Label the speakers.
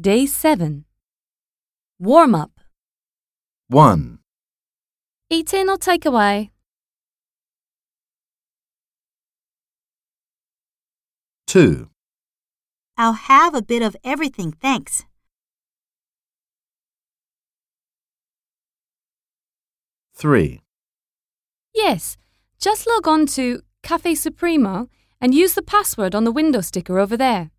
Speaker 1: Day 7 Warm up
Speaker 2: 1.
Speaker 1: 1の takeaway
Speaker 2: 2.
Speaker 3: I'll have a bit of everything, thanks.
Speaker 2: 3.
Speaker 1: Yes, just log on to Cafe Supremo and use the password on the window sticker over there.